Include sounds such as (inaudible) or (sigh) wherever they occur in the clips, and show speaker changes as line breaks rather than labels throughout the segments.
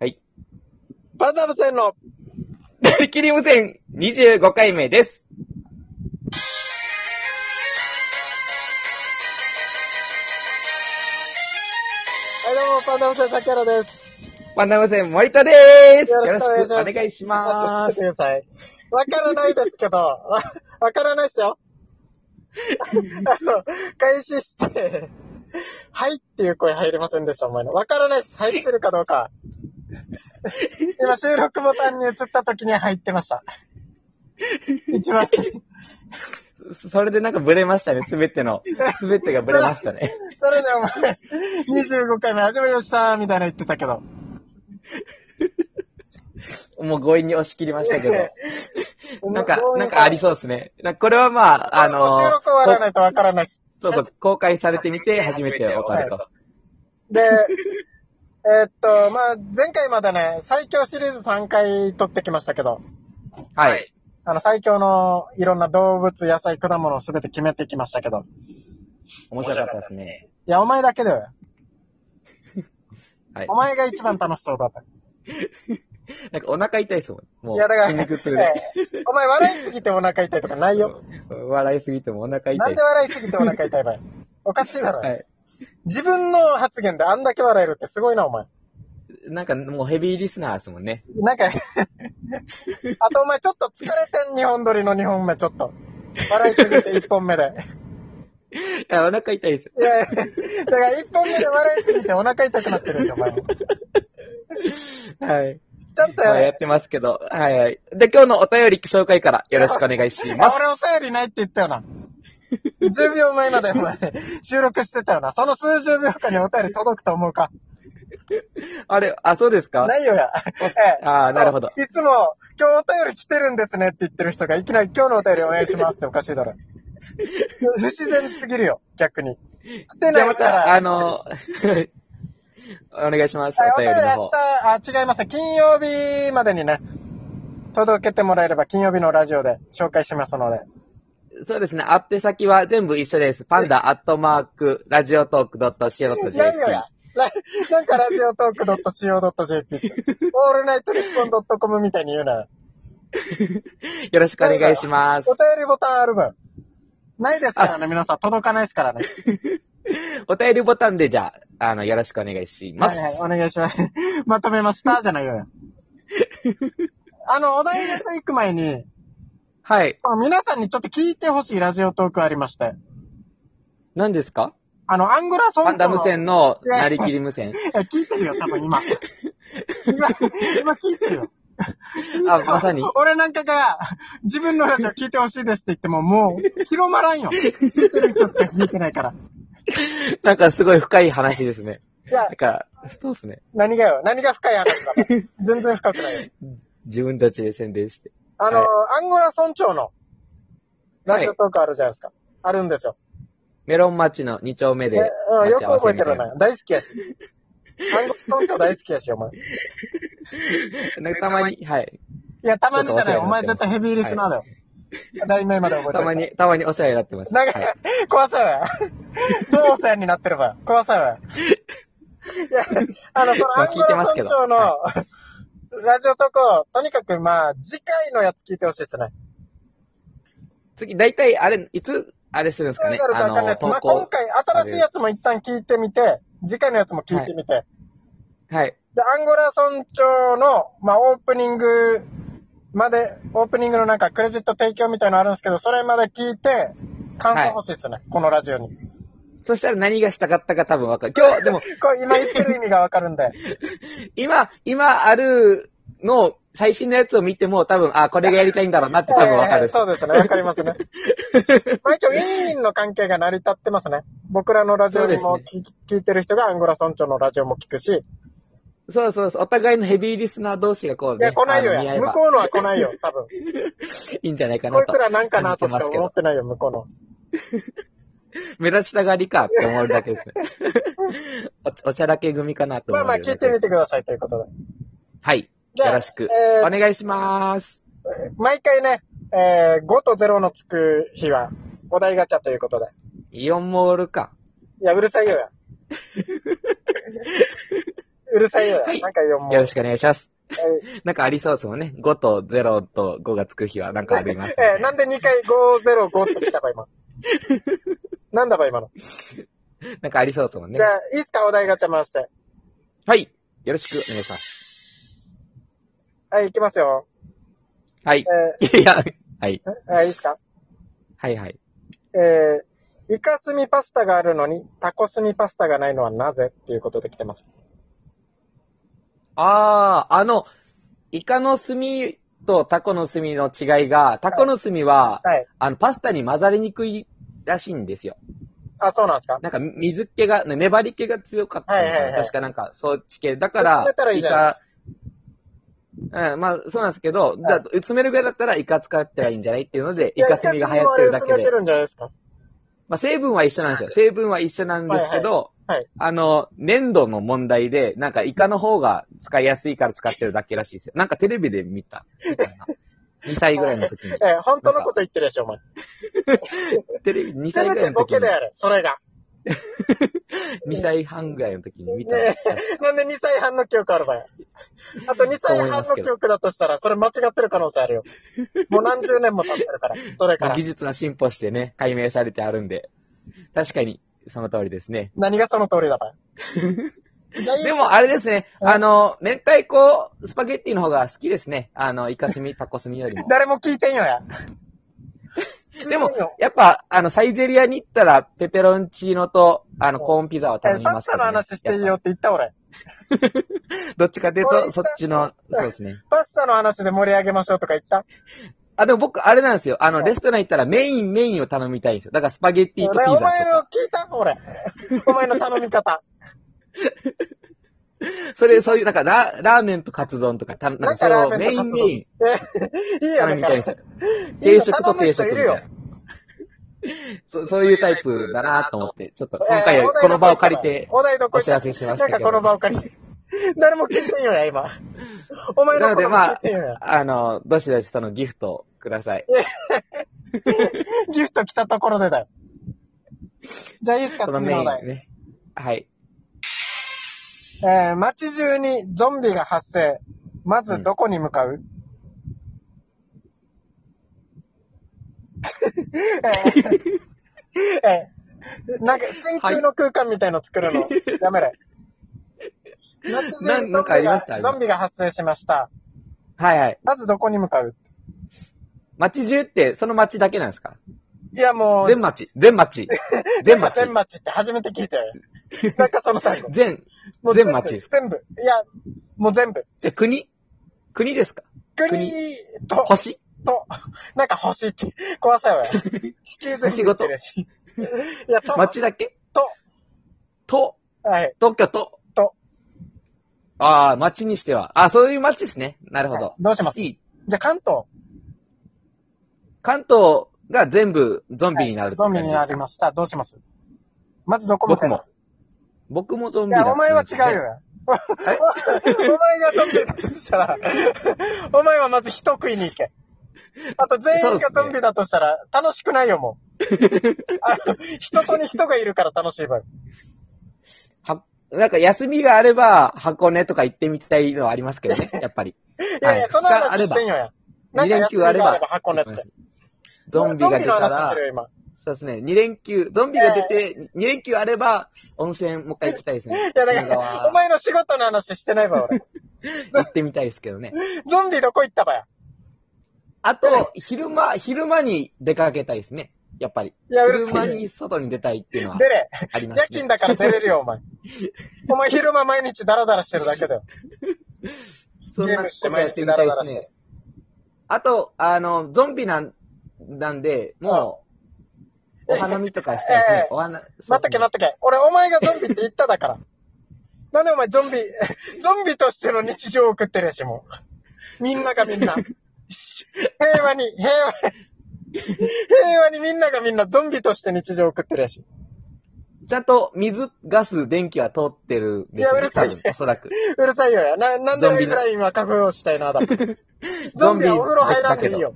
(laughs)
バナブセンの、
りきり無線25回目です。
はいどうも、バナブセン竹原です。
パンダ無線森田でーす。
よ
よ
ろ
ろ
し
し
く
く
お願いします
お願いしま
あち
す。
ょっと待ってください。わからないですけど、 (laughs) わわからないですよ。 (laughs) あの、開始して、はいっていう声入りませんでした、お前の。わからないです。入ってるかど
(laughs)
うか。今、収録ボタンに移った時には入ってました。一番最初。
それでなんかブレましたね、すべて
(laughs)
の。すべてがブレましたね。
それでお前、25回目始まりました、みたいな言ってたけど。
もう強引に押し切りま
(laughs)
したけど。なんか、なんかあり
そ
そうですね。なんかこれはまあ、あ
あの
の
収録終わらない
ー、
とわからないです。
そうそう、公開されてみて初めてわかると。
で、 (laughs) えーっと、まあ、前回までね、最強シリーズ3回撮ってきましたけど、
はい。
あの、最強のいろんな動物、野菜、果物をすべて決めてきましたけど、
面白かったですね。
いや、お前だけだよ。
はい
お。前が一番楽しそうだった。
なんかお腹痛いですもん。も
いうや、だから、
筋肉痛で。
ええお前笑いすぎてお腹痛いとかないよ。
笑いすぎてもお腹痛い。
なんで笑いすぎてお腹痛いばい。おかしいだろ。
はい。
自分の発言であんだけ笑えるってすごいな、お前。
なんかもうヘビーリスナーですもんね。
なんか、 (laughs) あとお前ちょっと疲れてん、日本撮りの2本目、ちょっと。笑いすぎて1本目で。
あお腹痛いです。
いやいや、だから一本目で笑いすぎてお腹痛くなってるでしょ、お前も。ち
はい。
ゃんと
ま
や
あ、やっ
れ。
てますけど。はいはい。で、今日のお便り紹介からよろしくお願いしま
あ
す。
(laughs) 俺お便りないって言ったよな。10秒前までお前収録してたよな。その数十秒間にお便り届くと思うか。
あれ、あ、そうですか
ないよや。
あーなるほど
いつも、今日お便り来てるんですねって言ってる人が、いきなり今日のお便りお願いしますっておかしいだろ。不自然すぎるよ、逆に。来て
じゃ
な
あ
い
ま
から。
た、あの、 (laughs) お願いします。
はい、お
お
便
便り
り
の
明
方。
日、あ、違います。金曜日までにね、届けてもらえれば金曜日のラジオで紹介しますので。
そうですね。あって先は全部一緒です。パンダアットマーク、ラジオトークドットシードット
いやいやいや。ななんかラジオトーク .co.jp って。オールナイト日本 .com みたいに言うなよ。
よろしくお願いします
お。便りボタンある分。ないですからね、皆さん。届かないですからね。
お便りボタンでじゃあ、あの、よろしくお願いしま
は
す。
いはい、お願いします。 (laughs) まとめました、じゃないよ。あの、お題ガチャ行く前に、
はい。
この皆さんにちょっと聞いてほしいラジオトークありまして。
何ですか
あの、アンゴラ
パン
村長の
ダ無線の、なりきり無線。
いや、聞いてるよ、多分今。今、今聞いてるよ。
あ、まさに。
俺なんかが、自分のラジオ聞いてほしいですって言っても、もう、広まらんよ。聞いてる人しか聞いてないから。
なんかすごい深い話ですね。
いや
なん、か、そうですね。
何がよ、何が深い話だ。全然深く (laughs) ないよ。
自分たちで宣伝して。
あの、
は
アンゴラ村長の、ラジオトークあるじゃないですか。あるんですよ。
メロン町の2丁目
ね
で
うん、
待
よく
ち合わせ
覚え
み
て
たい
る
な。
な。大好きやし。アンゴラ村長大好きやし、お前。い
なんかたまに、はい。
や、たまにじゃない。
ちょっとお世話になってます
お前絶対ヘビーリスナーだよ。題名まで覚えてる。
たまに、たまにお世話になってます。は
なんか、
い。
怖さよ。どうお世話になってれば。怖さよ。いや、あの、その、
ま
ア
あ
ン
聞
ゴ
いて
ラ
ます
村
けど
長の、ラジオとこ、とにかくまあ、次回のやつ聞いてほしいですね。
次、大体、あれ、いつ、あれするんですか
次
ね
があるか
あ
わかんない
の、
です。ま
投
あ、今
稿。
回、新しいやつも一旦聞いてみて、次回のやつも聞いてみて。
はい。
で、アンゴラ村長の、まあ、オープニングまで、オープニングのなんか、クレジット提供みたいなのあるんですけど、それまで聞いて、感想欲しいですね。このラジオに。
そしたら何がしたかったか多分わかる。今日、でも、
(laughs) これ今言ってる意味がわかるんで。
今、今あるのを、最新のやつを見ても多分、あ、これがやりたいんだろうなって多分わか
ええ
る。
そうですね。わか
(laughs)
りますね。まあ一応、ウィーンの関係が成り立ってますね。僕らのラジオに
そ
も
うで
聞,、聞いてる人がアンゴラ村長のラジオも聞くし。
そうそうそう。お互いのヘビーリスナー同士がこう
い
ね。
や、来ないよ
あの見合
や。
え
向
ば
こうのは来ないよ、
(laughs)
多分。
いいんじゃないか
こ
ないと。
つらなんかなと
感
し
じ
か
てますけ
思
ど
ってないよ、向こうの。
目立ちたがりかって思うだけ
(laughs)
ですね。おおちゃらけ組かなと
ま
思
あ
う。
まあ、聞いてみてくださいということで。
はい。
じゃあ
よろしく。
えー
お願いします。
毎回ね、えー、5と0のつく日は、お題ガチャということで。
イオンモールか。
いや、うるさいよや。うるさいよや。
はい
なんか言うもう。
よろしくお願いします。なんかありそうですもんね。5と0と5がつく日はなんかあります、
えー、なんで2回505って来た
(laughs)
か、今。なんだば、今の。
なんかありそうですもんね
じゃ。あ、いいつかお題ガチャ回して。
はい。よろしくお願いします。
はい、いきますよ。
はい。
え
いや、はい。
ー、あいいっすか
はいはい。
えー、イカスミパスタがあるのに、タコスミパスタがないのはなぜっていうことで来てます。
あー、あの、イカの炭とタコの炭の違いが、タコの炭は、
はい。
あの、パスタに混ざりにくいらしいんですよ。
あ、そうなんですか
なんか、水っ気が、ね粘り気が強かったのかな
はいはいはい
確かなんか、そっち系。だか
薄めたら
ら、
いい
イ
じゃな
カ、うん、まあ、そうなんですけど、だ詰めるぐらいだったらイカ使ったらいいんじゃないっていうので、イカ炭が流行ってるだけ
いやイカスミもあれ薄めて
で。
るんじゃないですか
まあ、成分は一緒なんですよ。成分は一緒なんですけど、
はいはいはい
あの、粘土の問題で、なんかイカの方が使いやすいから使ってるだけらしいですよ。なんかテレビで見
(laughs)
た。みたいな。2歳ぐらいの時に。
えー、本当のこと言ってるでしょ、お前。
テレビ、2
せ
歳ぐ
め
ら
て
いの
ボ
時
ケ
に
で。あれ、それが。
2歳半ぐらいの時に見た。
ねなんで2歳半の記憶あるばよ。あと2歳半の記憶だとしたら、それ間違ってる可能性あるよ。もう何十年も経ってるから、それから
技。術の進歩してね、解明されてあるんで。確かに、その通りですね。
何がその通りだばよ。
(laughs) でも、あれですね、
はい
あの、明太子スパゲッティの方が好きですね。あの、イカ
(laughs)
スミ、タコスミよりも。
誰も聞いてんよや。
(laughs) でも
聞いてんよ、
やっぱ、あの、サイゼリアに行ったら、ペペロンチーノと、あの、コーンピザは頼
え
み
パ
ま
ス
すか
タの
ら、ね。
話していい
やっ
よって言った俺。
ぱどっちかという
俺行っ
と、
た
そっちの、そうですね。
パスタの話で盛り上げましょうとか言った
あ、でも僕、あれなんですよ。あの、
はい
レストラン行ったらメインメインを頼みたいんですよ。だからスパゲッティとピザ
お
と
前
か。
の聞いた俺。お前の頼
(laughs)
み方。
それ、そういう、なんかラ、ラーメンとカツ丼とか、たなん
な
か
んか
それ
ラ
を
ー
メ
メン
イ
と
ン
カツ
メ
丼
イン
え、 (laughs) いいや
頼
ね
みたいんですよ。
いい
定
よ
食と定食
頼む人い
み
る
たい
よ
な。。 (laughs) そそういうタイプだなと思って、ちょっと今回
えー
この場を借りて
お題ど
お
こ行っ
知
た
らせしましたけ
なん
ど。
かこの場を借りて。 (laughs) 誰も聞いてんよや、今。お前の
なの
こ
で
とも
ま
聞い
あ
てんよや。、
あの、どしどしそのギフトをください。
ギフト来たところでだよ。じゃあいいですか、
その
次
メイン
のお題。
ね。はい。
えー、街中にゾンビが発生。まずどこに向かう、えーえーなんか真空の空間みたいの作るの。やめろ。街中に
な
ゾ
んかあ
ンビ
りま
が
した
ゾンビが発生しました。
はいはい。
まずどこに向かう
町中って、その町だけなんですか
いやもう、
全町。全
(laughs)
町。全町。
全町って初めて聞いたよ。なんかその単語。
全、
もう
全
部
町です
全部。いや、もう全部。
じゃあ国国ですか
国と、
星
と、なんか星って、怖さよ。
(laughs)
地球全部言ってるし。いや、と、
町だけ
と、
と、
はい、
東京と。
と。
ああ、町にしては。あそういう町ですね。なるほ
は
ど
い。どうします
シティ
じゃあ関東。
関東が全部ゾンビになるって
ゾ
感
ンビ
じで
に
すか
なりました。どうしますまずどこ向かいます
僕もゾン
い
ビだっ
や、
た
お
んです
前
よね
は違うよ。お前 (laughs) がゾンビだとし
(laughs)
たら、お前はまず人食いに行け。あと全員がゾンビだとしたら、楽しくないよ、も
(laughs)
う。あの人とに人がいるから楽しい場合。
は、なんか休みがあれば、箱根とか行ってみたいのはありますけど
(laughs)
ね、やっぱり。
いやいや、その話してんよや。なん
2
か
連
休
休
みが
あ
あ
れ
れば
ば、
箱根って。
ゾンビが出た
ゾンビの話して
ら
る、よ、今。
そうですね、2連休、ゾンビが出て、2連休あれば、温泉もう一回行きたいですね。
いや、だか
鬼怒
ら、
川
お前の仕事の話してないわ、俺。
行ってみたいですけどね。
ゾンビどこ行ったばや。
あと、昼間、昼間に出かけたいですね。やっぱり。
いや、うる
昼
さ
間
いよ。
に外に出たいっていうのは
出れ。
ありま
夜
すね
勤。だから出れるよ、お前。お前昼間毎日ダラダラしてるだけ
(laughs)
だよ。
そんなことやってみたいですね。あと、あの、ゾンビなん、なんで、もう、お花見とかしたいです
え
ね
え。
お花、そうですね
待っとけ待っとけ。俺、お前がゾンビって言っただから。 (laughs) なんでお前ゾンビ、ゾンビとしての日常を送ってるやし、もう。みんながみ
(laughs)
んな。平和に、平和に。平和にみんながみんなゾンビとして日常を送ってるやし。
ちゃんと水、ガス、電気は通ってるんです
いやう
よ、
る
ね。
さ
多
い
分、おそら
(laughs)
く。
うるさいよや。な、なんでライフラインは確保した
(laughs)
いな、だって。ゾンビはお風呂入らんでいいよ。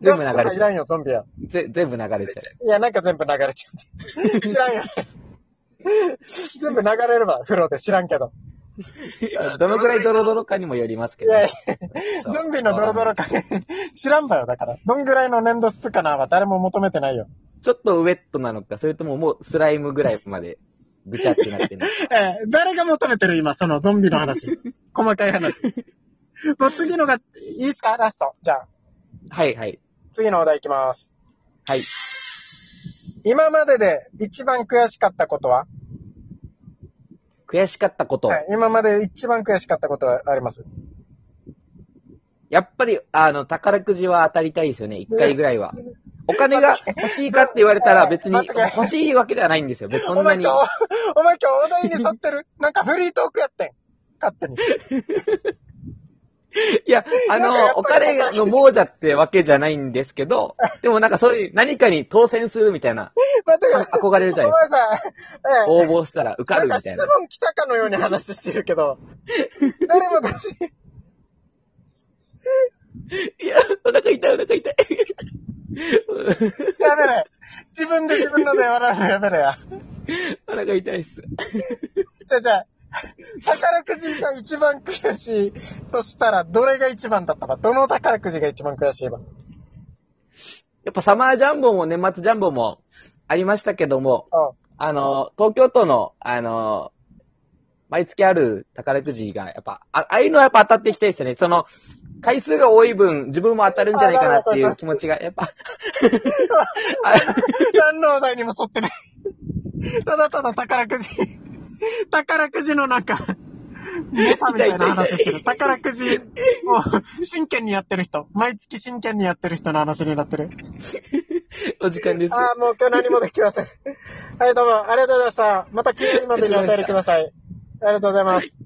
全部流れ
い
ちゃ
ら
う。
んよ、ゾンビは。
ぜ全部流れちゃう。
いや、なんか全部流 (laughs) れちゃう。知らんよ。全部流れれば、風呂で知らんけど。
どのくらいドロドロかにもよりますけど。
いやいゾンビのドロドロ感、知らんだよ、だから。どんぐらいの粘土質かなは誰も求めてないよ。
ちょっとウェットなのか、それとももうスライムぐらいまでぐちゃってなって
(laughs)
る。
ええ誰が求めてる今、そのゾンビの話。 (laughs) 細かい話。もう次のが、いいっすかラスト。じゃあ、
はいはい。
次のお題いきます。
はい。
今までで一番悔しかったことは
悔しかったこと。
はい。今まで一番悔しかったことはあります。
やっぱり、あの、宝くじは当たりたいですよね、一回ぐらいは。お金
(laughs)
が欲しいかって言われたら別に
待って
欲しいわけではないんですよ。別にそ
お
んな
前
に。
今日、お前今日お題に沿って
(laughs)
る。なんかフリートークやってん。勝手に。
いや、あ
なんかやっ
の、
ぱり
お金の亡者ってわけじゃないんですけど、でもなんかそういう何かに当選するみたいな、
待ってよ。
憧れるじゃないですか。
お前さ、ええ
応募したら受か
な
る
ん
み
か
た
質
いな。
問来たかのように話してるけど、 (laughs) 誰も出し、
いや、お腹痛いお腹痛い。 (laughs)
やめろよ。自分で自分ので笑うのやめろや。
お腹痛いっす。
じゃあじゃあ、宝くじが一番悔しいとしたら、どれが一番だったかどの宝くじが一番悔しいわ
やっぱサマージャンボも年末ジャンボもありましたけども、
うん。
あの、東京都の、あの、毎月ある宝くじが、やっぱ、あああいうのはやっぱ当たっていきたいですよね。その、回数が多い分、自分も当たるんじゃないかなっていう気持ちが、や (laughs) っぱ、あ
何のお題にも沿ってない。ただただ宝くじ。宝くじのなんか、ネタみたいな話してる。宝くじを真剣にやってる人。毎月真剣にやってる人の話になってる。
お時間です。
ああ、もう今日何もできません。はい、どうもありがとうございました。また金曜日までにお便りください。ありがとうございます。